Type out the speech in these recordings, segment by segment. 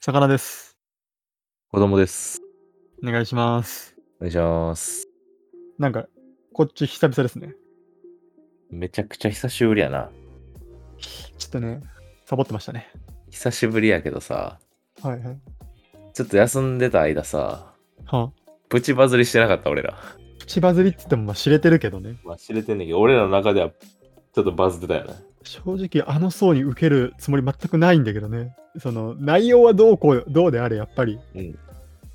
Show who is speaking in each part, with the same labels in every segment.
Speaker 1: 魚です。
Speaker 2: 子供です。
Speaker 1: お願いします。
Speaker 2: お願いします。
Speaker 1: なんか、こっち久々ですね。
Speaker 2: めちゃくちゃ久しぶりやな。
Speaker 1: ちょっとね、サボってましたね。
Speaker 2: 久しぶりやけどさ、
Speaker 1: はいはい。
Speaker 2: ちょっと休んでた間さ、
Speaker 1: はあ、
Speaker 2: プチバズりしてなかった俺ら。
Speaker 1: プチバズりって言ってもまあ知れてるけどね。
Speaker 2: まあ、知れてんねんけど、俺らの中ではちょっとバズってたよね。
Speaker 1: 正直、あの層に受けるつもり全くないんだけどね。その、内容はどうこう、どうであれ、やっぱり。
Speaker 2: うん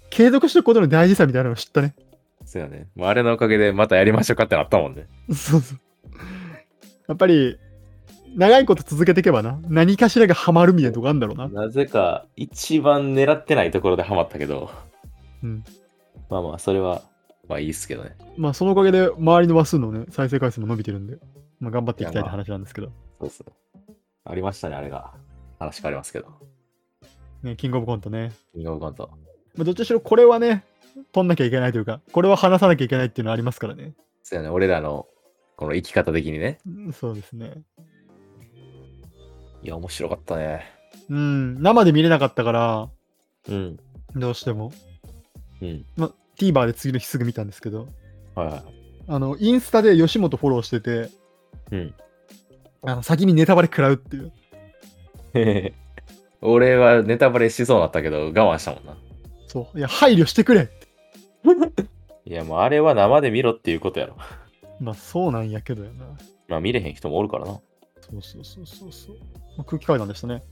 Speaker 1: 継続していくことの大事さみたいなのを知ったね。
Speaker 2: そうやね。まあ、あれのおかげでまたやりましょうかってなったもんね。
Speaker 1: そうそう。やっぱり、長いこと続けていけばな、何かしらがハマるみたいなとこあるんだろうな。
Speaker 2: なぜか一番狙ってないところでハマったけど、
Speaker 1: うん。
Speaker 2: まあまあ、それは、まあいいっすけどね。
Speaker 1: まあ、そのおかげで、周りの話数のね、再生回数も伸びてるんで、まあ、頑張っていきたいって話なんですけど。
Speaker 2: そうっすね。ありましたね、あれが。話変わりますけど。
Speaker 1: ね、キングオブコントね。
Speaker 2: キングオブコント。
Speaker 1: まあ、どっちにしろこれはね、取んなきゃいけないというか、これは話さなきゃいけないっていうのはありますからね。
Speaker 2: そうやね、俺らのこの生き方的にね。
Speaker 1: うんそうですね。
Speaker 2: いや、面白かったね。
Speaker 1: うん、生で見れなかったから、
Speaker 2: うん。
Speaker 1: どうしても。
Speaker 2: うん。
Speaker 1: まあ、TVer で次の日すぐ見たんですけど、
Speaker 2: はいはい。
Speaker 1: あの、インスタで吉本フォローしてて、
Speaker 2: うん
Speaker 1: あの先にネタバレ食らうっていう。
Speaker 2: 俺はネタバレしそうだったけど我慢したもんな。
Speaker 1: そう。いや、配慮してくれ
Speaker 2: いやもうあれは生で見ろっていうことやろ。
Speaker 1: まあ、そうなんやけどやな。
Speaker 2: まあ見れへん人もおるからな。
Speaker 1: そうそうそうそうそう。まあ空気階段でしたね。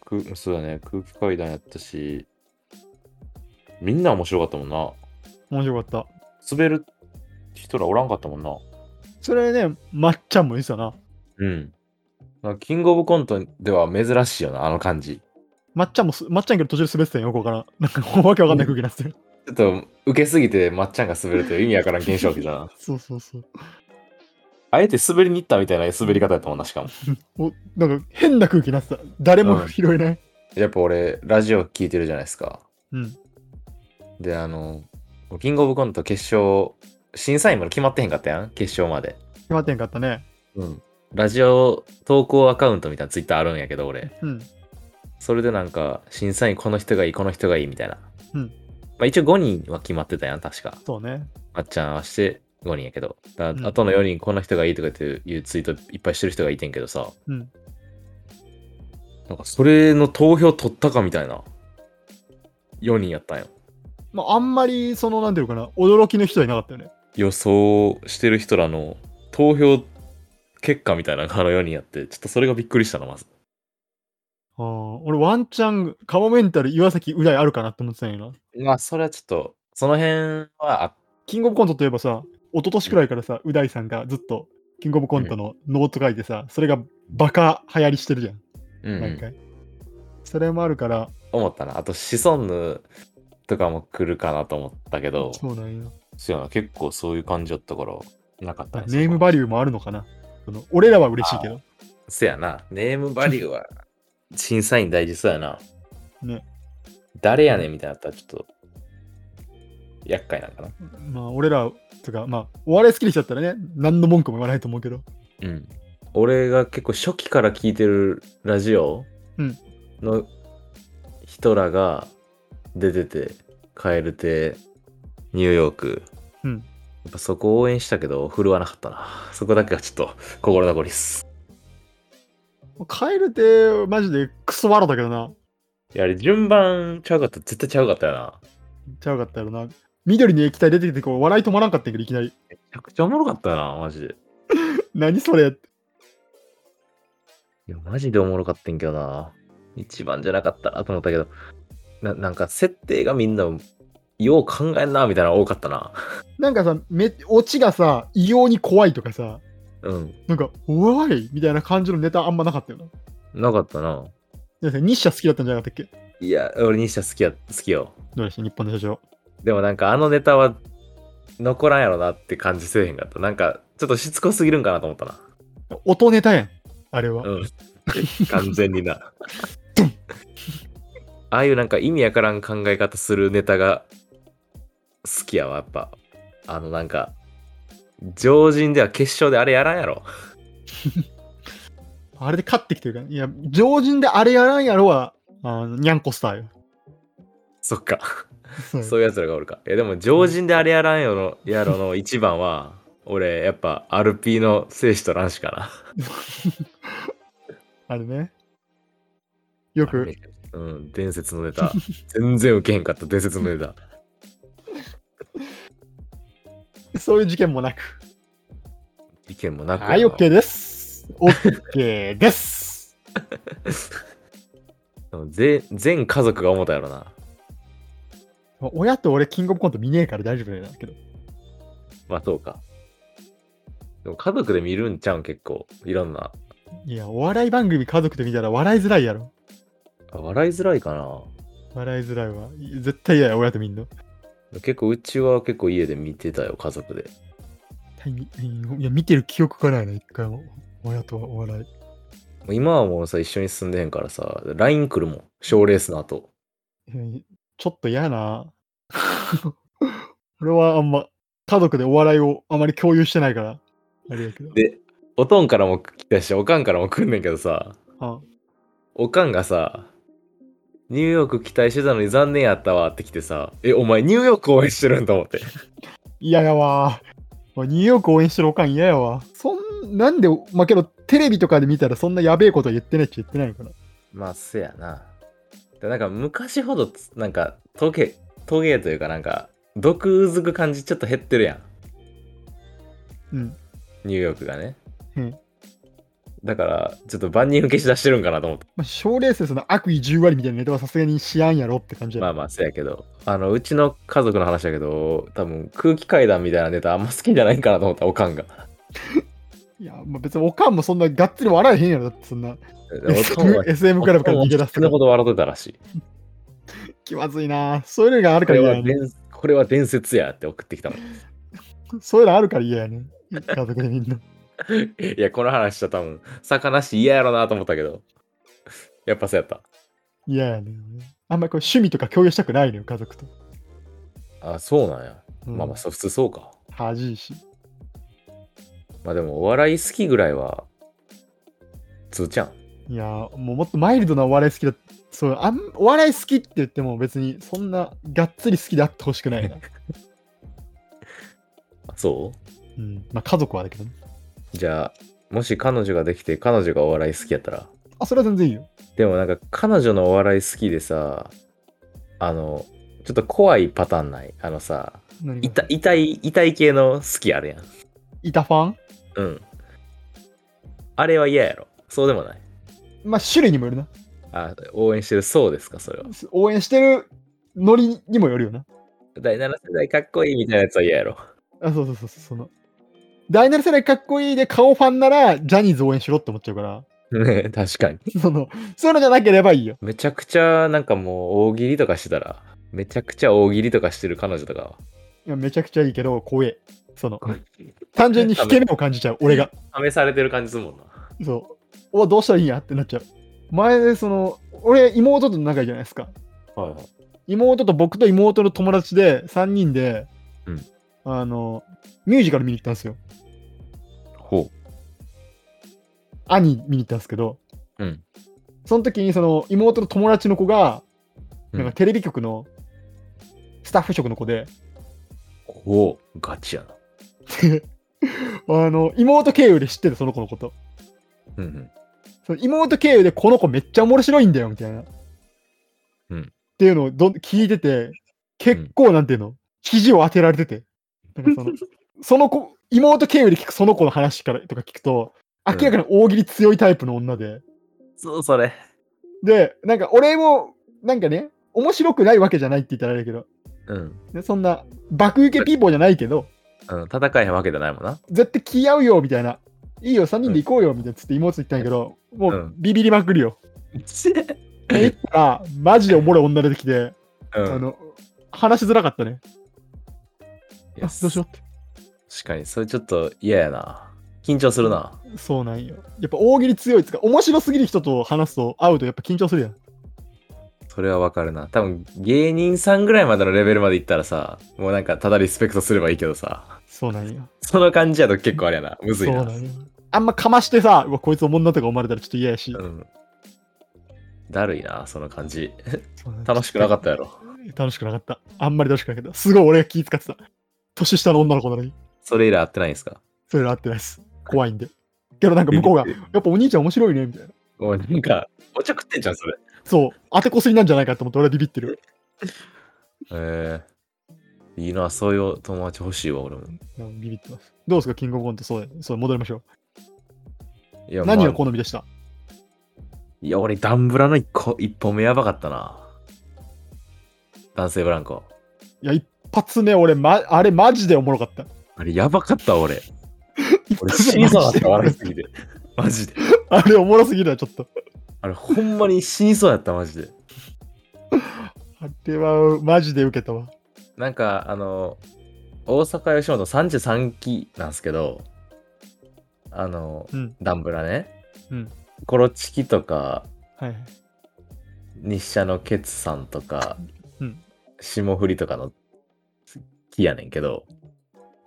Speaker 2: くそうだね、空気階段やったし、みんな面白かったもんな。
Speaker 1: 面白かった。
Speaker 2: 滑る人らおらんかったもんな。
Speaker 1: それね、まっちゃんも言ってたな。
Speaker 2: うん。まあキングオブコントでは珍しいよな、あの感じ。
Speaker 1: まっちゃんもす、まっちゃんけど途中で滑ってたよ、横から。なんか、 わけわかんない空気になってる。
Speaker 2: ちょっと受けすぎてまっちゃんが滑るという意味やからん現象だな。
Speaker 1: そうそうそう。
Speaker 2: あえて滑りに行ったみたいな滑り方やったもんな、しかも。
Speaker 1: おなんか変な空気になってた。誰
Speaker 2: う
Speaker 1: も
Speaker 2: ん
Speaker 1: 拾えない。
Speaker 2: やっぱ俺、ラジオ聞いてるじゃないですか。
Speaker 1: うん。
Speaker 2: で、あの、キングオブコント決勝、審査員まで決まってへんかったやん、決勝まで。
Speaker 1: 決まってんかったね。
Speaker 2: うん。ラジオ投稿アカウントみたいなツイッターあるんやけど、俺。
Speaker 1: うん。
Speaker 2: それでなんか、審査員この人がいい、この人がいいみたいな。
Speaker 1: うん
Speaker 2: まあ一応5人は決まってたやん、確か。
Speaker 1: そうね。
Speaker 2: あっちゃん合わせて5人やけど。だ
Speaker 1: うん
Speaker 2: あとの4人この人がいいとかっていうツイートいっぱいしてる人がいてんけどさ。
Speaker 1: うん。
Speaker 2: なんかそれの投票取ったかみたいな。4人やったんよ。
Speaker 1: まあ、あんまり、その、なんていうのかな、驚きの人はいなかったよね。
Speaker 2: 予想してる人らの投票結果みたいなのがあの世にあってちょっとそれがびっくりしたなまず
Speaker 1: ああ、俺、ワンチャン、カモメンタル、岩崎、うらいあるかなって思ってたんやな。
Speaker 2: まあそれはちょっとその辺はあ
Speaker 1: キングオブコントといえばさ、一昨年くらいからさ、う大さんがずっと、キングオブコントのノート書いてさ、それがバカ流行りしてるじゃん、
Speaker 2: うんうん、
Speaker 1: 毎回。それもあるから、
Speaker 2: 思ったなあとシソンヌとかも来るかなと思ったけど
Speaker 1: そうなんや。
Speaker 2: そうやな結構そういう感じだったからなかったね
Speaker 1: ネーム
Speaker 2: リュー
Speaker 1: バリューもあるのかな。その俺らは嬉しいけど。
Speaker 2: せやなネームバリューは審査員大事そうやな
Speaker 1: ね
Speaker 2: 誰やねんみたいになったらちょっと厄介なんかな
Speaker 1: まあ、俺らとか、まあ、お笑い好きな人だったらね、何の文句も言わないと思うけど。
Speaker 2: うん、俺が結構初期から聞いてるラジオ
Speaker 1: うん
Speaker 2: の人らが出てて「蛙亭ニューヨーク」
Speaker 1: うん
Speaker 2: やっぱそこ応援したけど振るわなかったなそこだけはちょっと心残りっす
Speaker 1: カエルって、マジでクソワロだけどな。
Speaker 2: いやあれ順番ちゃうかった絶対ちゃうかったよな
Speaker 1: ちゃうかったやろな。緑の液体出てきて、こう、笑い止まらんかったんやけど、いきなり。
Speaker 2: めちゃくちゃおもろかったよなマジで
Speaker 1: 何それって
Speaker 2: いやマジでおもろかったんけどな一番じゃなかったなと思ったけどななんか設定がみんなよう考えんなみたいなの多かったな
Speaker 1: なんかさ、め、オチがさ、異様に怖いとかさ、
Speaker 2: うん
Speaker 1: なんか、おいみたいな感じのネタあんまなかったよな。
Speaker 2: なかったな。
Speaker 1: だって日社好きだったんじゃなかったっけ
Speaker 2: いや、俺西田好きや、好きよ。
Speaker 1: どうでした日本の社長。
Speaker 2: でもなんかあのネタは残らんやろなって感じせえへんかった。なんかちょっとしつこすぎるんかなと思ったな。
Speaker 1: 音ネタやん。あれは。
Speaker 2: うん。完全 にな。ああいうなんか意味わからん考え方するネタが好きやわ、やっぱ。あのなんか、常人では決勝であれやらんやろ。
Speaker 1: あれで勝ってきてるから。いや、常人であれやらんやろは、あのにゃんこスターよ。
Speaker 2: そっか。
Speaker 1: そう
Speaker 2: そういうやつらがおるか。え、でも、常人であれやらんよの、やろの一番は、俺、やっぱ、アルピーの精子と卵子かな。
Speaker 1: あるね。よ
Speaker 2: あ
Speaker 1: く
Speaker 2: れ、うん、伝説のネタ。全然ウケへんかった、伝説の ネタ。
Speaker 1: そういう事件もなく。
Speaker 2: 意見もなく。
Speaker 1: はい、OK です。OK です。
Speaker 2: でもぜ全家族が思ったやろな。
Speaker 1: 親と俺、キングオブコント見ねえから大丈夫なんだけど。
Speaker 2: まあ、そうか。でも、家族で見るんちゃうん、結構。いろんな。
Speaker 1: いや、お笑い番組家族で見たら笑いづらいやろ。
Speaker 2: あ笑いづらいかな。
Speaker 1: 笑いづらいわ。絶対嫌や、親と見んの。
Speaker 2: 結構、うちは結構家で見てたよ、家族で。
Speaker 1: タイミいや、見てる記憶がないな、一回も。親とお笑い。
Speaker 2: もう今はもうさ、一緒に住んでへんからさ、LINE 来るもん。賞レースの後。
Speaker 1: うんちょっと嫌な。 俺はあんま、家族でお笑いをあまり共有してないから、あれやけど。
Speaker 2: でおとんからも来たし、おかんからも来んねんけどさ、
Speaker 1: あ
Speaker 2: おかんがさ、ニューヨーク期待してたのに残念やったわって来てさ、え、お前ニューヨーク応援してるんと思って。
Speaker 1: 嫌やわ。おいニューヨーク応援してるおかん嫌やわ。そんなんで、まあ、けどテレビとかで見たらそんなやべえことは言ってないっちゃ言ってないのかな。
Speaker 2: まあ、せやな。でなんか昔ほど、なんか、トゲ、トゲというかなんか、毒うずく感じちょっと減ってるやん。
Speaker 1: うん。
Speaker 2: ニューヨークがね。
Speaker 1: うん
Speaker 2: だから、ちょっと万人受けしだしてるんかなと思って。
Speaker 1: まあ、賞レースでその悪意10割みたいなネタはさすがにしやんやろって感じや
Speaker 2: まあ
Speaker 1: ろ。
Speaker 2: まあ、せやけど、あの、うちの家族の話だけど、多分空気階段みたいなネタあんま好きじゃないんかなと思った、おかんが。
Speaker 1: いや、まあ、別におかんもそんながっつり笑えへんやろ。だってそんな
Speaker 2: おかんは
Speaker 1: SM クラブから逃げ出す
Speaker 2: おかんは死ぬ
Speaker 1: と
Speaker 2: ほ
Speaker 1: か
Speaker 2: ど笑ってたらしい。
Speaker 1: 気まずいな。そういうのがあるか
Speaker 2: これ
Speaker 1: ら嫌
Speaker 2: は
Speaker 1: やね。
Speaker 2: 伝これは伝説やって送ってきたもん。
Speaker 1: そういうのあるから嫌やね。家族でみんな。
Speaker 2: いや、この話は多分、魚し嫌やろなと思ったけど、やっぱそうやった。
Speaker 1: 嫌やね。あんまりこう趣味とか共有したくないのよ、家族と。
Speaker 2: あ、そうなんや。
Speaker 1: うん
Speaker 2: まあまあ、そう普通そうか。
Speaker 1: 恥いし。
Speaker 2: まあでも、お笑い好きぐらいは、つーちゃん。
Speaker 1: いやー、もうもっとマイルドなお笑い好きだ。そうあんお笑い好きって言っても別にそんながっつり好きであってほしく ないな。
Speaker 2: あそ
Speaker 1: うん。まあ家族はだけどね。
Speaker 2: うじゃあ、もし彼女ができて、彼女がお笑い好きやったら、
Speaker 1: あ、それは全然いいよ。
Speaker 2: でもなんか彼女のお笑い好きでさあのちょっと怖いパターンないあのさ
Speaker 1: 何が
Speaker 2: 痛痛い痛い系の好きあるやん
Speaker 1: いたファン
Speaker 2: うんあれは嫌やろそうでもない
Speaker 1: まあ種類にもよるな。
Speaker 2: あ応援してるそうですかそれは
Speaker 1: 応援してるノリにもよるよな。
Speaker 2: 第7世代かっこいいみたいなやつは嫌やろ
Speaker 1: あ、そうそうそうそう、その。第7世代かっこいいで顔ファンならジャニーズ応援しろって思っちゃうから、
Speaker 2: ね確かに
Speaker 1: その、そういうのじゃなければいいよ。
Speaker 2: めちゃくちゃなんかもう大喜利とかしてたらめちゃくちゃ大喜利とかしてる彼女とかはい
Speaker 1: やめちゃくちゃいいけど、怖え。その、
Speaker 2: 試
Speaker 1: 単純に引け目を感じちゃう、俺 が。
Speaker 2: されてる感じするもんな
Speaker 1: そう。おどうしたらいいんやってなっちゃう。前で、その、俺、妹と仲いいじゃないですか。
Speaker 2: はいはい
Speaker 1: 妹と僕と妹の友達で、3人で、
Speaker 2: うん
Speaker 1: あの、ミュージカル見に行ったんですよ。
Speaker 2: ほ
Speaker 1: 兄見に行ったんですけど、
Speaker 2: ううん
Speaker 1: その時に、その、妹の友達の子が、
Speaker 2: うん
Speaker 1: なんかテレビ局のスタッフ職の子で、
Speaker 2: ほうガチやな
Speaker 1: あの、妹経由で知ってる、その子のこと。
Speaker 2: うんうん
Speaker 1: その妹経由でこの子めっちゃ面白いんだよみたいな。
Speaker 2: うん
Speaker 1: っていうのをどん聞いてて、結構なんていうの、肘を当てられてて。なん かそのその子、妹経由で聞くその子の話からとか聞くと、
Speaker 2: うん
Speaker 1: 明らかに大喜利強いタイプの女で。
Speaker 2: そうそれ
Speaker 1: で、なんか俺も、なんかね、面白くないわけじゃないって言ったらあれだけど、
Speaker 2: うん
Speaker 1: ね、そんな、爆受けピーポーじゃないけど、
Speaker 2: うん、戦えへんわけじゃないもんな。
Speaker 1: 絶対気合うよみたいな。いいよ、3人で行こうよみたいなつって妹と言ったんやけど、も
Speaker 2: う
Speaker 1: うんビビりまくるよ。 で行ったら、マジでおもろい女出てきて、
Speaker 2: う
Speaker 1: あ
Speaker 2: ん、
Speaker 1: の、話しづらかったね。あ、ど
Speaker 2: いや
Speaker 1: うしよう
Speaker 2: 確かに、それちょっと嫌やな。緊張するな。
Speaker 1: って。そうなんよ。やっぱ大喜利強いっつうか、面白すぎる人と話すと会うとやっぱ緊張するやん。
Speaker 2: それはわかるな。多分、芸人さんぐらいまでのレベルまでいったらさ、もうなんか、ただリスペクトすればいいけどさ、
Speaker 1: そうなんよ。
Speaker 2: その感じやと結構あれやな。むずい
Speaker 1: そう
Speaker 2: な。
Speaker 1: なんよ。あんまかましてさ、うわ、こいつおもんなとか思われたらちょっと嫌やし
Speaker 2: う。ん。だるいな、その感じ。
Speaker 1: そうなんよ
Speaker 2: 楽しくなかったやろ。
Speaker 1: い楽しくなかった。あんまり楽しくなかった。すごい俺が気使ってた。年下の女の子なのに、
Speaker 2: それ以来会ってないんですか
Speaker 1: そういうの合ってないです。怖いんで。けどなんか向こうが、やっぱお兄ちゃん面白いね、みたいな。
Speaker 2: おいなんか、お茶食ってんじゃん、それ。
Speaker 1: そう、当てこすりなんじゃないかと思って俺はビビってる。
Speaker 2: ええいいな、そういう友達欲しいわ、俺も。
Speaker 1: うんビビってます。どうですか、キングオブコント、そうや、そう戻りましょ
Speaker 2: いや
Speaker 1: う。何
Speaker 2: まあ
Speaker 1: が好みでした
Speaker 2: いや、俺、ダンブラの一個一本目やばかったな。男性ブランコ。
Speaker 1: いや、一発目、俺、ま、あれマジでおもろかった。
Speaker 2: あれ、やばかったわ、 俺。
Speaker 1: 一
Speaker 2: 俺、
Speaker 1: 発
Speaker 2: 死
Speaker 1: 目
Speaker 2: にそうだ
Speaker 1: マ
Speaker 2: っ
Speaker 1: ジで
Speaker 2: た、笑い すぎて。マジで。
Speaker 1: あれおもろすぎるわ、ちょっと。
Speaker 2: あれ、ほんまに死にそうやった、マジで。
Speaker 1: あれは、マジで受けたわ。
Speaker 2: なんか、あの、大阪吉本33期なんですけど、あの、
Speaker 1: うん
Speaker 2: ダンブラね。
Speaker 1: うん
Speaker 2: コロチキとか、
Speaker 1: はいはい。
Speaker 2: 日射のケツさんとか、
Speaker 1: うん
Speaker 2: 霜降りとかの木やねんけど、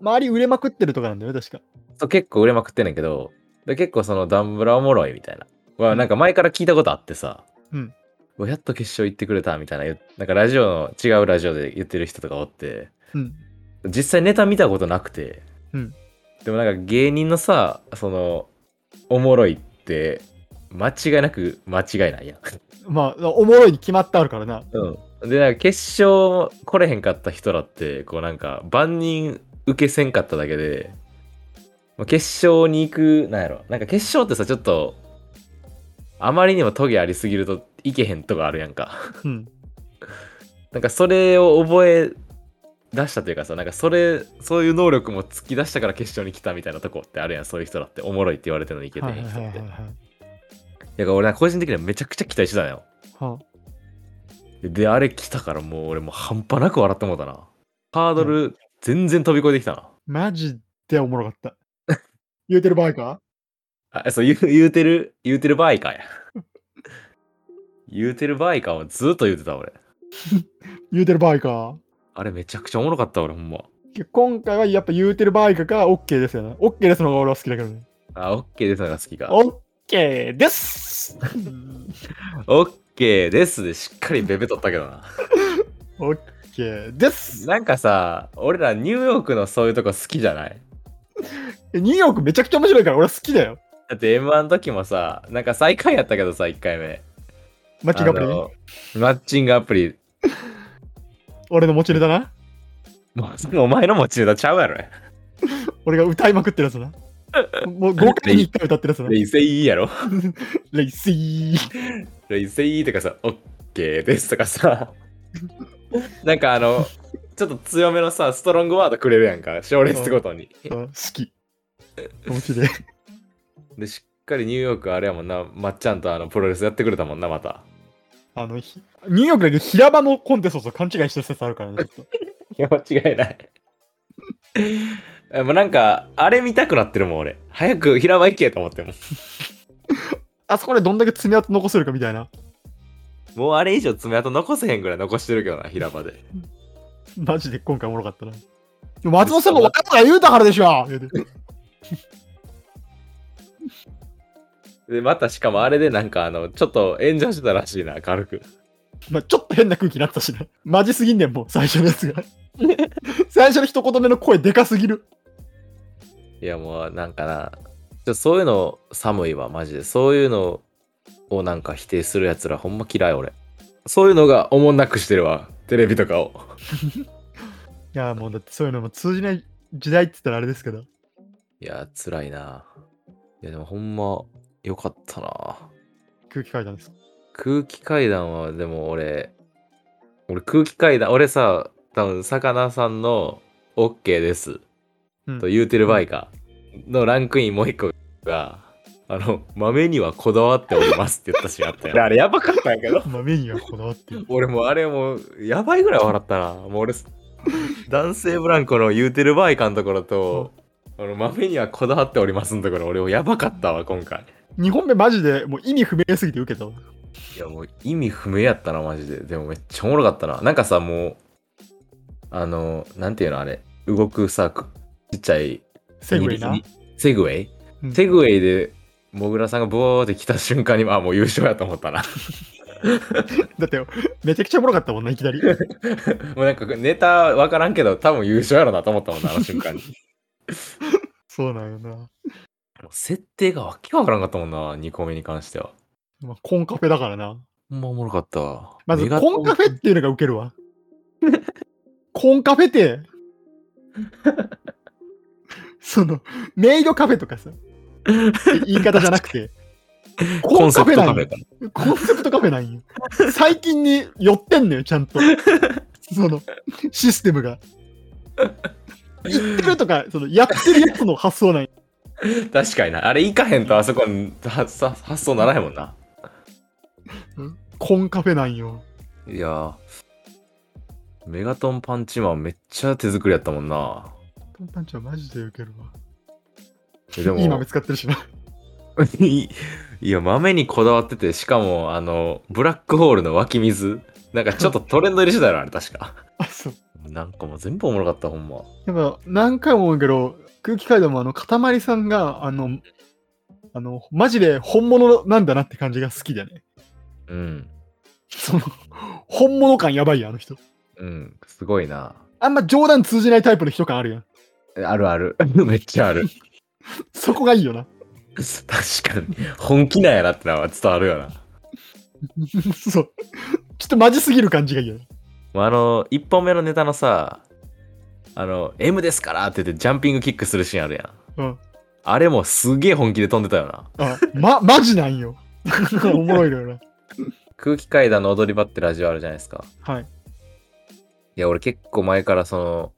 Speaker 1: 周り売れまくってるとかなんだよね、確か。
Speaker 2: そう結構売れまくってんねんけど、で結構そのダンブラおもろいみたいな。は、
Speaker 1: うん
Speaker 2: なんか前から聞いたことあってさ、
Speaker 1: うん
Speaker 2: うわやっと決勝行ってくれたみたいな言う、なんかラジオの、違うラジオで言ってる人とかおって、
Speaker 1: うん。
Speaker 2: 実際ネタ見たことなくて、
Speaker 1: うん
Speaker 2: でもなんか芸人のさ、その、おもろいって、間違いなく間違いないやん。
Speaker 1: まあ、おもろいに決まってあるからな。
Speaker 2: うん、でなんか決勝来れへんかった人だってこうなんか万人受けせんかっただけでまあ決勝に行くなんやろなんか決勝ってさちょっとあまりにもトゲありすぎるといけへんとかあるやんか
Speaker 1: うん。
Speaker 2: なんかそれを覚え出したというかさなんかそれそういう能力も突き出したから決勝に来たみたいなとこってあるやんそういう人だっておもろいって言われてるのにいけてへ
Speaker 1: はい
Speaker 2: ん人
Speaker 1: はい
Speaker 2: っ
Speaker 1: はい
Speaker 2: てだか
Speaker 1: はい
Speaker 2: ら俺なんか個人的にはめちゃくちゃ期待してたのよ
Speaker 1: は
Speaker 2: でであれ来たからもう俺もう半端なく笑ってもうたなハードル全然飛び越えてきたな、
Speaker 1: マジでおもろかった。言うてる場合か
Speaker 2: あそう言う言うてる言うてる場合かや言うてる場合かをずっと言うてた俺
Speaker 1: 言うてる場合か
Speaker 2: あれめちゃくちゃおもろかった俺ほんま
Speaker 1: 今回はやっぱ言うてる場合かか OK ですよね。OK ですの方が俺は好きだけどね。
Speaker 2: あオッケーですのが好きかオ
Speaker 1: OK ですうん
Speaker 2: ッケーですでしっかりベベ取ったけど な
Speaker 1: !OK です
Speaker 2: なんかさ俺らニューヨークのそういうとこ好きじゃない
Speaker 1: ニューヨークめちゃくちゃ面白いから俺は好きだよ。
Speaker 2: だって M1 の時もさなんか最下位やったけどさ1回目
Speaker 1: マッチングアプリね
Speaker 2: あのマッチングアプリ
Speaker 1: 俺の持ちネタな。
Speaker 2: まあ、お前の持ちネタちゃうやろ。
Speaker 1: 俺が歌いまくってるやつな。もう5回に1回歌ってるやつな。
Speaker 2: レイセイやろ。
Speaker 1: レイスイー。
Speaker 2: レイセイとかさ、オッケーですとかさ。 なんかあの、ちょっと強めのさ、ストロングワードくれるやんか、賞レースごとに。
Speaker 1: うん好 き。面白い。
Speaker 2: で、しっかりニューヨークあれやもんな、まっちゃんとあのプロレスやってくれたもんな、また。
Speaker 1: あの、ひニューヨークだけど平場のコンテストと勘違いしてる説あるからね。ちょっと
Speaker 2: いや、間違いない。 えもうなんか、あれ見たくなってるもん、俺。早く平場行けと思っても。
Speaker 1: あそこでどんだけ爪痕残せるかみたいな。
Speaker 2: もうあれ以上爪痕残せへんぐらい残してるけどな、平場で。
Speaker 1: マジで今回おもろかったな。でも松本さんも分かったら言うたからでしょ言うて
Speaker 2: で、またしかもあれでなんかあの、ちょっと炎上してたらしいな、軽く。
Speaker 1: まあちょっと変な空気になったしね。マジすぎんねん、もう最初のや つが。最初の一言目の声でかすぎる。
Speaker 2: いやもうなんかな、ちょそういうの寒いわ、マジで。そういうのをなんか否定するやつらほんま嫌い、俺。そういうのがおもんなくしてるわ、テレビとかを。
Speaker 1: いや、もうだってそういうのも通じない時代って言ったらあれですけど。
Speaker 2: いや、辛いな。いや、でもほんま良かったな。
Speaker 1: 空気階段です。
Speaker 2: 空気階段は、でも俺、俺空気階段、俺さ、多分、さかなさんの OK です
Speaker 1: うん
Speaker 2: と言うてる場合か、のランクインもう一個が、あの、豆にはこだわっておりますって言ったシーンあったよ。あれやばかったんやけど。
Speaker 1: まあメニューはこだわってる。
Speaker 2: 俺もうあれもうやばいぐらい笑ったなもう俺男性ブランコの言うてる場合かんところと、あの豆にはこだわっておりますんところ俺もやばかったわ今回
Speaker 1: 2本目マジでもう意味不明すぎて受けたわ。
Speaker 2: いやもう意味不明やったなマジででもめっちゃおもろかったななんかさもうあのなんていうのあれ動くさくちっちゃい
Speaker 1: セグウェイな。
Speaker 2: にセグウェイ
Speaker 1: うん
Speaker 2: セグウェイでもぐらさんがボーって来た瞬間にあもう優勝やと思ったな
Speaker 1: だってよ、めちゃくちゃおもろかったもんな、いきな り。
Speaker 2: もうなんかネタ分からんけど、多分優勝やろなと思ったもんな、あの瞬間 に。
Speaker 1: そうなんよな。
Speaker 2: もう設定がわけわからんかったもんな、2個目に関しては。
Speaker 1: まあ、コンカフェだからな。
Speaker 2: ほんまおもろかったわ。
Speaker 1: まず、
Speaker 2: メガ
Speaker 1: コンカフェっていうのがウケるわ。コンカフェって、 その、メイドカフェとかさ、言い方じゃなくて、
Speaker 2: コ
Speaker 1: コン
Speaker 2: ンセ
Speaker 1: カフ
Speaker 2: プ
Speaker 1: ェなん
Speaker 2: トカフ
Speaker 1: よ
Speaker 2: ェ。か。
Speaker 1: コンセプトカフェなんよ。最近に寄ってんのよ、ちゃんと。その、システムが。言ってるとか、その、やってるやつの発想なんよ。
Speaker 2: 確かにな。あれ行かへんとあそこにはさ発想ならへんもんな。
Speaker 1: コンカフェなんよ。
Speaker 2: いやーメガトンパンチマンめっちゃ手作りやったもんな。
Speaker 1: トンパンチはマジでウケるわ。
Speaker 2: えでも
Speaker 1: いい豆使ってるしな。
Speaker 2: いいや、豆にこだわってて、しかも、あの、ブラックホールの湧き水。なんかちょっとトレンド入りしてたよな、あれ確か。
Speaker 1: あ、そう。
Speaker 2: なんかもう全部おもろかった、ほんま。
Speaker 1: でも、何回も思うけど、空気階段もあの、かたまりさんが、あの、あの、マジで本物なんだなって感じが好きだね。
Speaker 2: うん。
Speaker 1: その、本物感やばいよ、あの人。
Speaker 2: うん。すごいな。
Speaker 1: あんま冗談通じないタイプの人感あるやん。
Speaker 2: あるある。めっちゃある。
Speaker 1: そこがいいよな。
Speaker 2: 確かに。本気なんやなってのは伝わるよな。
Speaker 1: そう。ちょっとマジすぎる感じがいいよね。
Speaker 2: まあ、あの、1本目のネタのさ、あの、M ですからって言ってジャンピングキックするシーンある
Speaker 1: う
Speaker 2: やん。
Speaker 1: ん。
Speaker 2: あれもすげえ本気で飛んでたよな。
Speaker 1: あ、ま、マジなんよ。 おもろいのよな。
Speaker 2: 空気階段の踊り場ってラジオあるじゃないですか。
Speaker 1: はい。
Speaker 2: いや、俺結構前からその、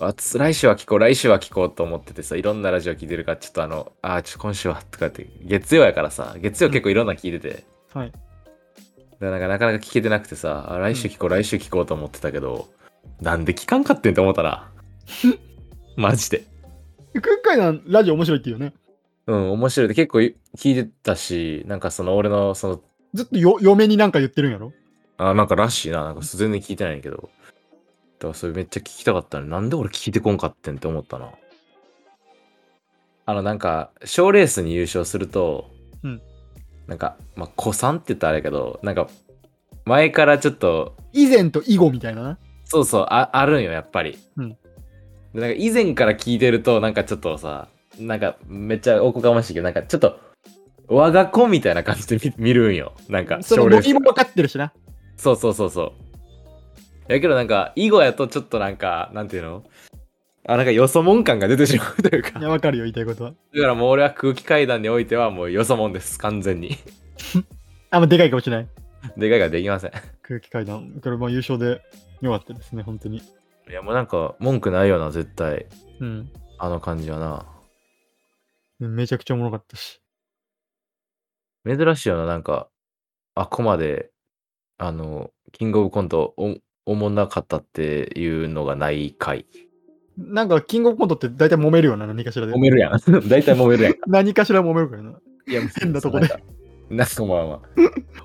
Speaker 2: あつ来週は聞こう、来週は聞こうと思っててさ、いろんなラジオ聞いてるから、ちょっとあの、あー、ちょっと今週はとかって、月曜やからさ、月曜結構いろんなの聞いてて、
Speaker 1: はい。
Speaker 2: だからなんかなかなか聞けてなくてさ、あ来週聞こう、来週聞こうと思ってたけど、なんで聞かんかってんって思ったな。 マジで。
Speaker 1: 空海のラジオ面白いっていうよね。
Speaker 2: うん、面白いで結構い聞いてたし、なんかその俺の、その、
Speaker 1: ずっとよ嫁になんか言ってるんやろ
Speaker 2: あ、なんからしいな、なんか全然聞いてないんやけど、だからそれめっちゃ聞きたかったのに、なんで俺聞いてこんかってんって思ったな。あの、なんか、賞レースに優勝すると、
Speaker 1: うん
Speaker 2: なんか、まあ、子さんって言ったらあれやけど、なんか、前からちょっと、
Speaker 1: 以前と以後みたいなな。
Speaker 2: そうそう、ああるんよ、やっぱり。
Speaker 1: うん
Speaker 2: でなんか、以前から聞いてると、なんかちょっとさ、なんか、めっちゃおこがましいけど、なんかちょっと、我が子みたいな感じで見見るんよ。なんか、
Speaker 1: その
Speaker 2: 賞レー
Speaker 1: ノ
Speaker 2: ス
Speaker 1: リも分かってるしな。
Speaker 2: そうそうそうそう。やけどなんか、囲碁やとちょっとなんか、なんていうのあ、なんかよそもん感が出てしまうというか。
Speaker 1: い
Speaker 2: だ
Speaker 1: や、
Speaker 2: か
Speaker 1: 分かるよ、言いたいことは。
Speaker 2: らもう俺は空気階段においてはもうよそもんです、完全に。
Speaker 1: あんまでかいかもしれない。
Speaker 2: でかいができません。
Speaker 1: 空気階段。これも優勝でよかったですね、本当に。
Speaker 2: いやもうなんか、文句ないよな、絶対。
Speaker 1: うん。
Speaker 2: あの感じはな。
Speaker 1: めちゃくちゃおもろかったし。
Speaker 2: 珍しいよな、なんか、あ、ここまで、あの、キングオブコント、お、おもんなかったっていうのがない回。
Speaker 1: なんか、キングオブコントって大体揉めるよな、何かしらで
Speaker 2: 揉。めるやん。 大体揉めるやん。
Speaker 1: 何かしら揉めるからな。
Speaker 2: いや、
Speaker 1: 変なとこで
Speaker 2: なんか。なんか まあまあ。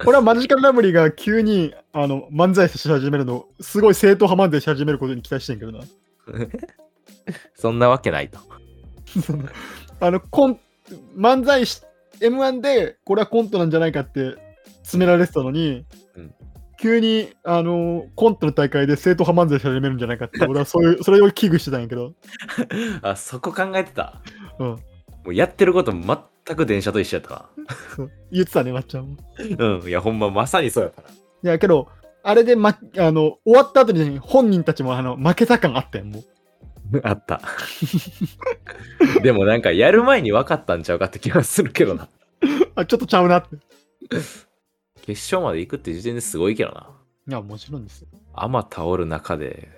Speaker 1: 俺はマジカルラブリーが急にあの漫才し始めるの、すごい正統派漫才し始めることに期待してんけどな。
Speaker 2: そんなわけないと。
Speaker 1: そのあのコン漫才し M1 でこれはコントなんじゃないかって詰められてたのに、
Speaker 2: うん
Speaker 1: 急にあのコントの大会で正統派漫才し始めるんじゃないか って俺はそういうそれを危惧してたんやけど、
Speaker 2: あそこ考えてた
Speaker 1: うん、
Speaker 2: もうやってること全く電車と一緒やったわ
Speaker 1: そう言ってたねまっちゃんも。
Speaker 2: うんいやほんままさにそうやったない
Speaker 1: やけどあれで、ま、あの終わった後に本人たちもあの負けた感あったやんもう
Speaker 2: あった でもなんかやる前に分かったんちゃうかって気がするけど な
Speaker 1: あちょっとちゃうなって。い
Speaker 2: 決勝まで行くって時点ですごいけどな
Speaker 1: やもちろんですよ。
Speaker 2: あまたおる中で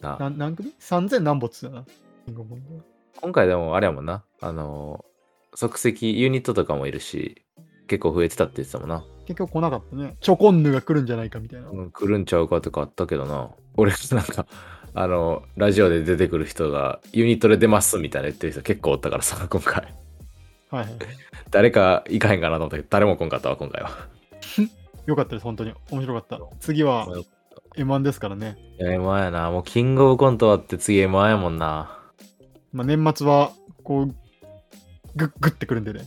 Speaker 2: な
Speaker 1: な何組 ?3000 何歩っつうな。キングオブコント
Speaker 2: 今回でもあれやもんなあのー即席ユニットとかもいるし結構増えてたって言ってたもんな、
Speaker 1: 結局来なかったね。チョコンヌが来るんじゃないかみたいな。
Speaker 2: うん、来るんちゃうかとかあったけどな俺なんかあのラジオで出てくる人がユニットで出ますみたいな言ってる人結構おったからさ 今回
Speaker 1: はいはい。
Speaker 2: 誰か行かへんかなと思ったけど誰も来んかったわ今回は
Speaker 1: よかったです、本当に。面白かった。次は M1 ですからね。
Speaker 2: いや M−1 やなもうキングオブコントあって次 M−1 やもんな
Speaker 1: まあ、年末は、こう、ぐっぐってくるんでね。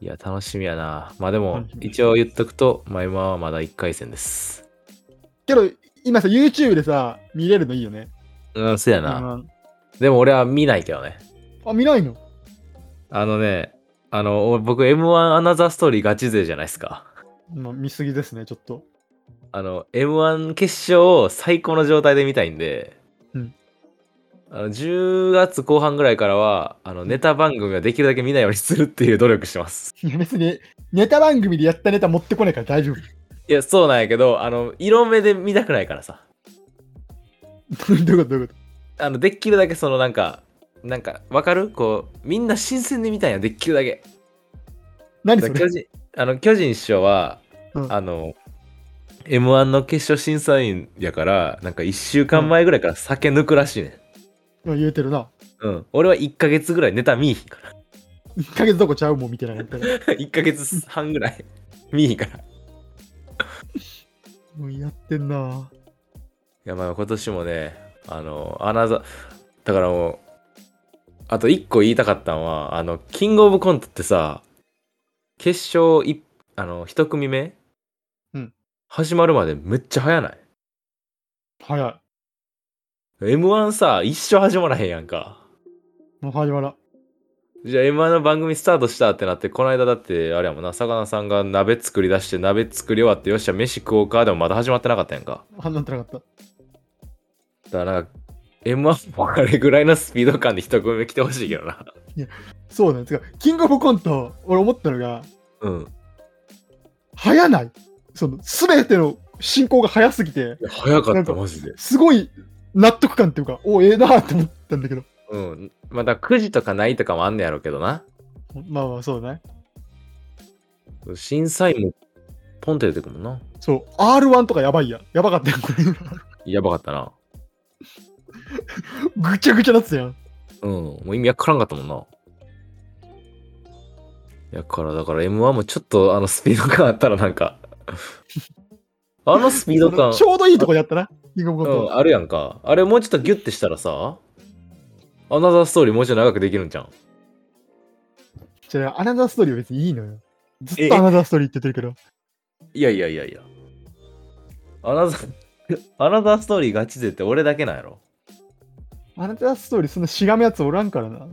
Speaker 2: いや、楽しみやな。まあでも
Speaker 1: 楽し、み
Speaker 2: 一応言っとくと、まあ今はまだ1回戦です。
Speaker 1: けど、今さ、YouTube でさ、見れるのいいよね。
Speaker 2: うん、そうやな。
Speaker 1: あ
Speaker 2: でも俺は見ないけどね。
Speaker 1: あ、見ないの
Speaker 2: あのね、あの、お僕 M1 アナザーストーリーガチ勢じゃないですか。
Speaker 1: まあ見すぎですね、ちょっと。
Speaker 2: あの、M1 決勝を最高の状態で見たいんで、
Speaker 1: うん
Speaker 2: あの10月後半ぐらいからは、あの、ネタ番組はできるだけ見ないようにするっていう努力してます。
Speaker 1: いや、別に、ネタ番組でやったネタ持ってこないから大丈夫。
Speaker 2: いや、そうなんやけど、あの、色目で見たくないからさ。
Speaker 1: どういうことどういうこ
Speaker 2: あの、できるだけそのなんか、なんか、わかるこう、みんな新鮮で見たいんや、できるだけ。
Speaker 1: と何そ
Speaker 2: 巨
Speaker 1: れ
Speaker 2: 人、あの、巨人師匠は、
Speaker 1: うん
Speaker 2: あの、M1 の決勝審査員やから、なんか1週間前ぐらいから酒抜くらしいねん。
Speaker 1: うん言うてるな。
Speaker 2: うん、俺は1ヶ月ぐらいネタ見いひんから。
Speaker 1: 1ヶ月どこちゃうもんみたいなのやった ら。
Speaker 2: 1ヶ月半ぐらい見いひんから。い
Speaker 1: もうやってんな。
Speaker 2: や、まあ今年もね、あの、アナザー、だからもう、あと1個言いたかったのは、あの、キングオブコントってさ、決勝いあの1組目、
Speaker 1: うん
Speaker 2: 始まるまでめっちゃ早ない。
Speaker 1: 早い。
Speaker 2: M1 さ、一生始まらへんやんか。
Speaker 1: もう始まらん。
Speaker 2: じゃあ M1 の番組スタートしたってなって、この間だって、あれやもんな、魚さんが鍋作り出して、鍋作り終わって、よっしゃ、飯食おうか、でもまだ始まってなかったやんか。
Speaker 1: あんなんてなかった。
Speaker 2: だからなんか、M1 もあれぐらいのスピード感で一組目来てほしいけどな。
Speaker 1: そうなんですか。キングオブコント、俺思ったのが、
Speaker 2: うん。
Speaker 1: 早ない。その、すべての進行が早すぎて、
Speaker 2: 早か
Speaker 1: な
Speaker 2: っ
Speaker 1: ん
Speaker 2: た、
Speaker 1: か
Speaker 2: マジで。
Speaker 1: すごい納得感っていうか、おええなって思ったんだけど。
Speaker 2: うん。まあだから9時とかないとかもあんねやろうけどな。
Speaker 1: まあまあ、そうだね。
Speaker 2: 審査員もポンって出てくるもんな。
Speaker 1: そう、R1 とかやばいや。やばかったやん、これ。
Speaker 2: やばかったな。
Speaker 1: ぐちゃぐちゃなってたやん。
Speaker 2: うん。もう意味わからんかったもんな。やから、だから M1 もちょっとあのスピード感あったらなん か、あのスピード感
Speaker 1: ち、ょうどいいとこでやったな、キングオブコン
Speaker 2: うん、
Speaker 1: ト。
Speaker 2: あるやんか。あれもうちょっとギュッてしたらさ、アナザーストーリーもうちょい長くできるんじゃん。
Speaker 1: じゃあ、アナザーストーリーは別にいいのよ。ずっ
Speaker 2: え
Speaker 1: とアナザーストーリーって言ってる
Speaker 2: いやいやいやいや。アナザ ー、アナザーストーリーガチ勢って俺だけなんやろ。
Speaker 1: けど。アナザーストーリー、そんなしがむやつおらんからな。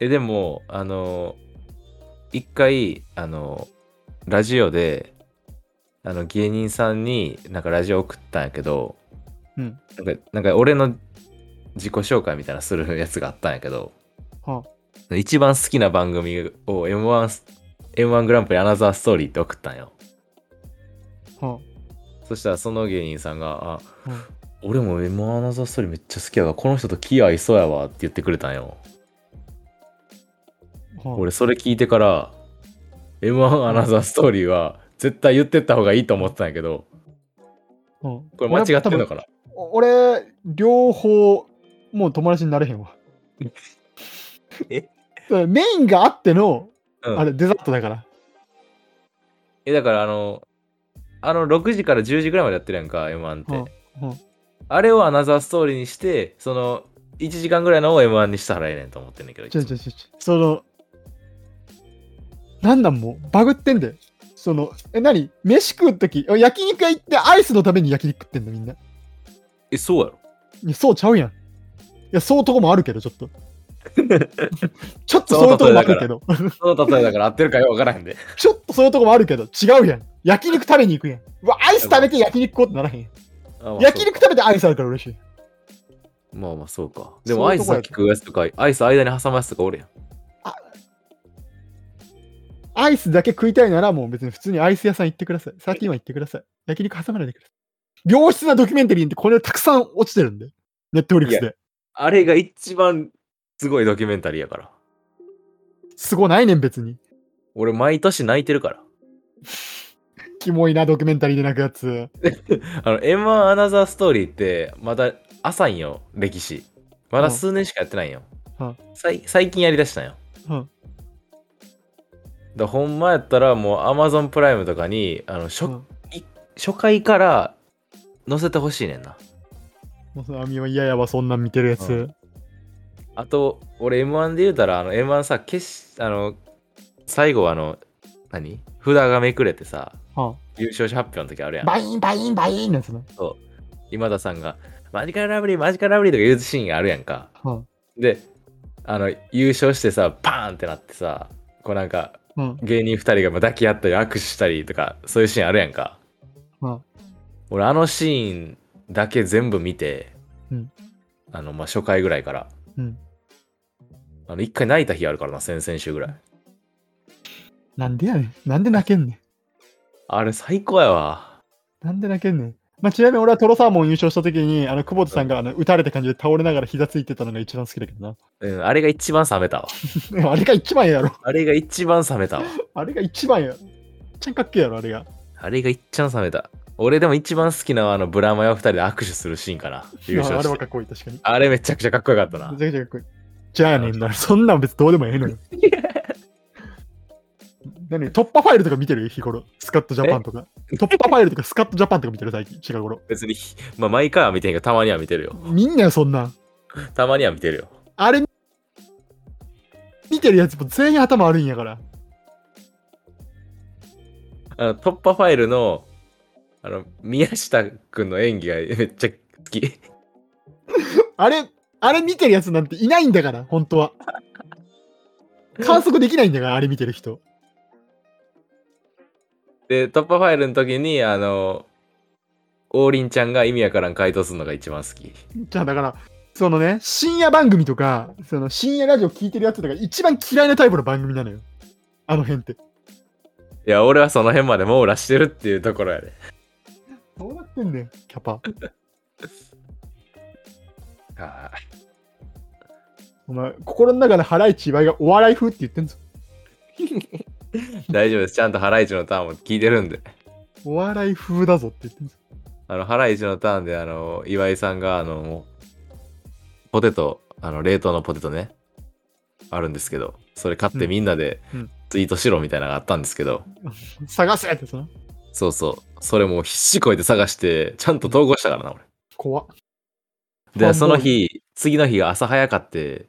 Speaker 2: え、でも、あの、一回、あの、ラジオで、あの、芸人さんに、なんかラジオ送ったんやけど、
Speaker 1: うん
Speaker 2: なんか、なんか俺の自己紹介みたいなするやつがあったんやけど、
Speaker 1: は
Speaker 2: 一番好きな番組を M1、M1 グランプリアナザーストーリーって送ったんよ。
Speaker 1: あ、は
Speaker 2: そしたらその芸人さんが、あ、
Speaker 1: あ、は
Speaker 2: 俺も M1 アナザーストーリーめっちゃ好きやからこの人と気合いそうやわって言ってくれたんよ
Speaker 1: あ、はあ。
Speaker 2: 俺それ聞いてから M1 アナザーストーリーは絶対言ってった方がいいと思ってたんやけど
Speaker 1: こ
Speaker 2: これ間違ってんのかな
Speaker 1: 俺、両方、もう友達になれへんわ。
Speaker 2: え
Speaker 1: だからメインがあっての、
Speaker 2: うん
Speaker 1: あれ、デザートだから。
Speaker 2: えだからあのあの6時から10時ぐらいまでやってるやんか M1 って、
Speaker 1: うんうん
Speaker 2: あれをアナザーストーリーにしてその1時間ぐらいのを M1 にしたらええねんと思ってんねんけど
Speaker 1: ちょちょちょちょ、その、なんなんもう、バグってんだよ。その、え、なに飯食うとき、焼肉屋行ってアイスのために焼肉食ってんのみんな。い
Speaker 2: えそうやろ
Speaker 1: や、そうちゃうやん。いや、そうとこもあるけど、ちょっと。 ちょっとそういうとこもあるけど。
Speaker 2: その例えだから合ってるかよくわから へんで
Speaker 1: ちょっとそういうとこもあるけど、違うやん。焼肉食べに行くやん。うわ、アイス食べて焼肉食おうってならへんやん。
Speaker 2: あまあ
Speaker 1: 焼肉食べてアイスあるから嬉しい。
Speaker 2: まあまあそうか。
Speaker 1: う
Speaker 2: でもアイスさっき食うやつとか、アイス間に挟むやつとかおるやん。
Speaker 1: アイスだけ食いたいならもう別に普通にアイス屋さん行ってください。サーティワン行ってください。焼肉挟まないでください。良質なドキュメンタリーってこれたくさん落ちてるんで。ネットフリックスで。
Speaker 2: あれが一番すごいドキュメンタリーやから。
Speaker 1: すごないねん別に。
Speaker 2: 俺毎年泣いてるから。
Speaker 1: キモいなドキュメンタリーで泣くやつ。
Speaker 2: あの、M1 アナザーストーリーってまだ浅いんよ、歴史。まだ数年しかやってないんよ。
Speaker 1: うん
Speaker 2: さい最近やりだしたんよ。
Speaker 1: うん
Speaker 2: だからほんまやったらもう Amazon プライムとかにあの初,、
Speaker 1: うん
Speaker 2: 初回から載せてほしいねんな。
Speaker 1: もうその網は嫌やわ、そんなん見てるやつ。
Speaker 2: うんあと、俺 M1 で言うたら、あの M1 さ、決しあの、最後はあの、何札がめくれてさ、
Speaker 1: は
Speaker 2: 優勝者発表の時あるや
Speaker 1: あ、
Speaker 2: ん。
Speaker 1: バインバインバインのやつな。
Speaker 2: 今田さんが、マジカルラブリー、マジカルラブリーとか言うシーンがあるやんか。
Speaker 1: は
Speaker 2: で、あの、優勝してさ、パーンってなってさ、こうなんか、
Speaker 1: あ、うん。
Speaker 2: 芸人2人が抱き合ったり握手したりとかそういうシーンあるやんか、
Speaker 1: うん
Speaker 2: 俺あのシーンだけ全部見て、
Speaker 1: うん
Speaker 2: あのまあ初回ぐらいから、
Speaker 1: うん
Speaker 2: あの一回泣いた日あるからな先々週ぐらい
Speaker 1: なんでやねん。なんで泣けんね
Speaker 2: あれ最高やわ
Speaker 1: ん。なんで泣けんねん。まあ、ちなみに俺はトロサーモン優勝した時に、あの、久保田さんがあの打たれた感じで倒れながら膝ついてたのが一番好きだけどな。
Speaker 2: うん、あれが一番冷めたわ。
Speaker 1: でもあれが一番やろ。
Speaker 2: あれが一番冷めたわ。
Speaker 1: あれが一番や。ちゃんかっけえやろ、あれが。
Speaker 2: あれが一番冷めた。俺でも一番好きなのはあのブラマヨ2人で握手するシーンかな。優
Speaker 1: あ
Speaker 2: 勝
Speaker 1: あれ
Speaker 2: し
Speaker 1: は
Speaker 2: て
Speaker 1: かっこいい、確かに。
Speaker 2: あれめちゃくちゃかっこよかったな
Speaker 1: め。ちゃくちゃかっこいい。じゃあねんな、そんなん別にどうでもええのよ。何突破ファイルとか見てる日頃。スカットジャパンとか。突破ファイルとかスカットジャパンとか見てる最近、近頃。
Speaker 2: 別に、まあ毎回は見てんけど、たまには見てるよ。
Speaker 1: みんなよ、そんなん。
Speaker 2: たまには見てるよ。
Speaker 1: あれ、見てるやつも全員頭悪いんやから。
Speaker 2: あの突破ファイルのあの宮下君の演技が めっちゃ好き。
Speaker 1: あれ、あれ見てるやつなんていないんだから、本当は。観測できないんだから、あれ見てる人。
Speaker 2: で、突破ファイルの時に、あの、王林ちゃんが意味わからん回答するのが一番好き。
Speaker 1: じゃあだから、そのね、深夜番組とか、その深夜ラジオ聞いてるやつとか一番嫌いなタイプの番組なのよ。あの辺って。
Speaker 2: いや、俺はその辺まで網羅してるっていうところやで、
Speaker 1: どうなってんねん、キャパ。
Speaker 2: あ
Speaker 1: お前、心の中でハライチ岩井がお笑い風って言 ってんぞ。
Speaker 2: ー大丈夫です。ちゃんとハライチのターンも聞いてるんで。
Speaker 1: お笑い風だぞって言ってんぞ。
Speaker 2: あの、ハライチのターンで、あの、岩井さんが、あの、ポテト、あの、冷凍のポテトね、あるんですけど、それ買ってみんなで
Speaker 1: うん
Speaker 2: ツイートしろみたいなのがあったんですけど、
Speaker 1: 探せってその。
Speaker 2: そうそう。それもう必死こいて探して、ちゃんと投稿したからな、俺。
Speaker 1: 怖っ。
Speaker 2: で、
Speaker 1: ファンボーイ
Speaker 2: その日、次の日が朝早かって、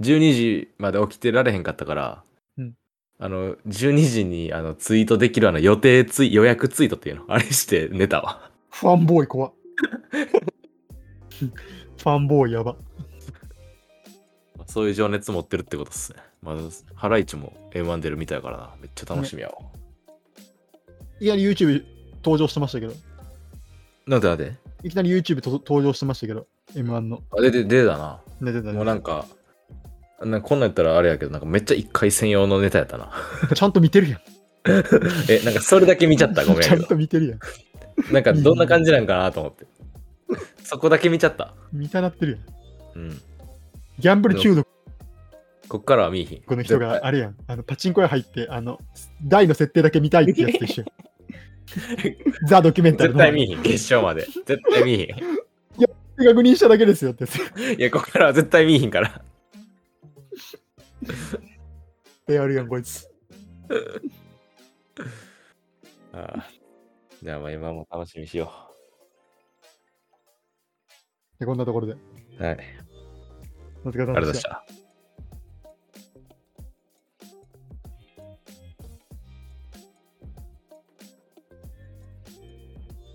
Speaker 2: 12時まで起きてられへんかったから、
Speaker 1: うん
Speaker 2: あの、12時にあのツイートできるあの予定ツイ、予約ツイートっていうの、あれして寝たわ。
Speaker 1: ファンボーイ怖 っ。ファンボーイやば。
Speaker 2: そういう情熱持ってるってことっすね。まだ、ハライチも M1 出るみたいからな。めっちゃ楽しみやわ。
Speaker 1: いきなり YouTube 登場してましたけど。
Speaker 2: なんてなんて
Speaker 1: いきなり YouTube と登場してましたけど。M1 の。
Speaker 2: あ、で、で、出たな。
Speaker 1: ね、出た
Speaker 2: もう
Speaker 1: ね。
Speaker 2: なんか、なんかこんなんやったらあれやけど、なんかめっちゃ一回専用のネタやったな。
Speaker 1: ちゃんと見てるやん。
Speaker 2: え、なんかそれだけ見ちゃった。ごめんや
Speaker 1: ち
Speaker 2: け
Speaker 1: ゃ
Speaker 2: ど
Speaker 1: ん。と見てるやん。
Speaker 2: なんかどんな感じなんかなと思って。そこだけ見ちゃった。
Speaker 1: 見たなってるやん。
Speaker 2: うん。
Speaker 1: ギャンブル中毒
Speaker 2: こっからは見えひん。
Speaker 1: の人があれやん。あのパチンコ屋入って、あの、台の設定だけ見たいってやつと 一緒やんザ・ドキュメンタリーの
Speaker 2: 絶対見えひん。決勝まで。絶対見え
Speaker 1: 確認しただけですよってやつ。
Speaker 2: ひん。いや、こっからは絶対見えひんから。
Speaker 1: でやるやん、こいつ。
Speaker 2: ああじゃあまあ今も楽しみにしよ
Speaker 1: でこんなところで。
Speaker 2: う。はい。あり
Speaker 1: お疲れ
Speaker 2: が
Speaker 1: 様
Speaker 2: とう
Speaker 1: で
Speaker 2: ご
Speaker 1: し
Speaker 2: ざいま
Speaker 1: た
Speaker 2: し。た。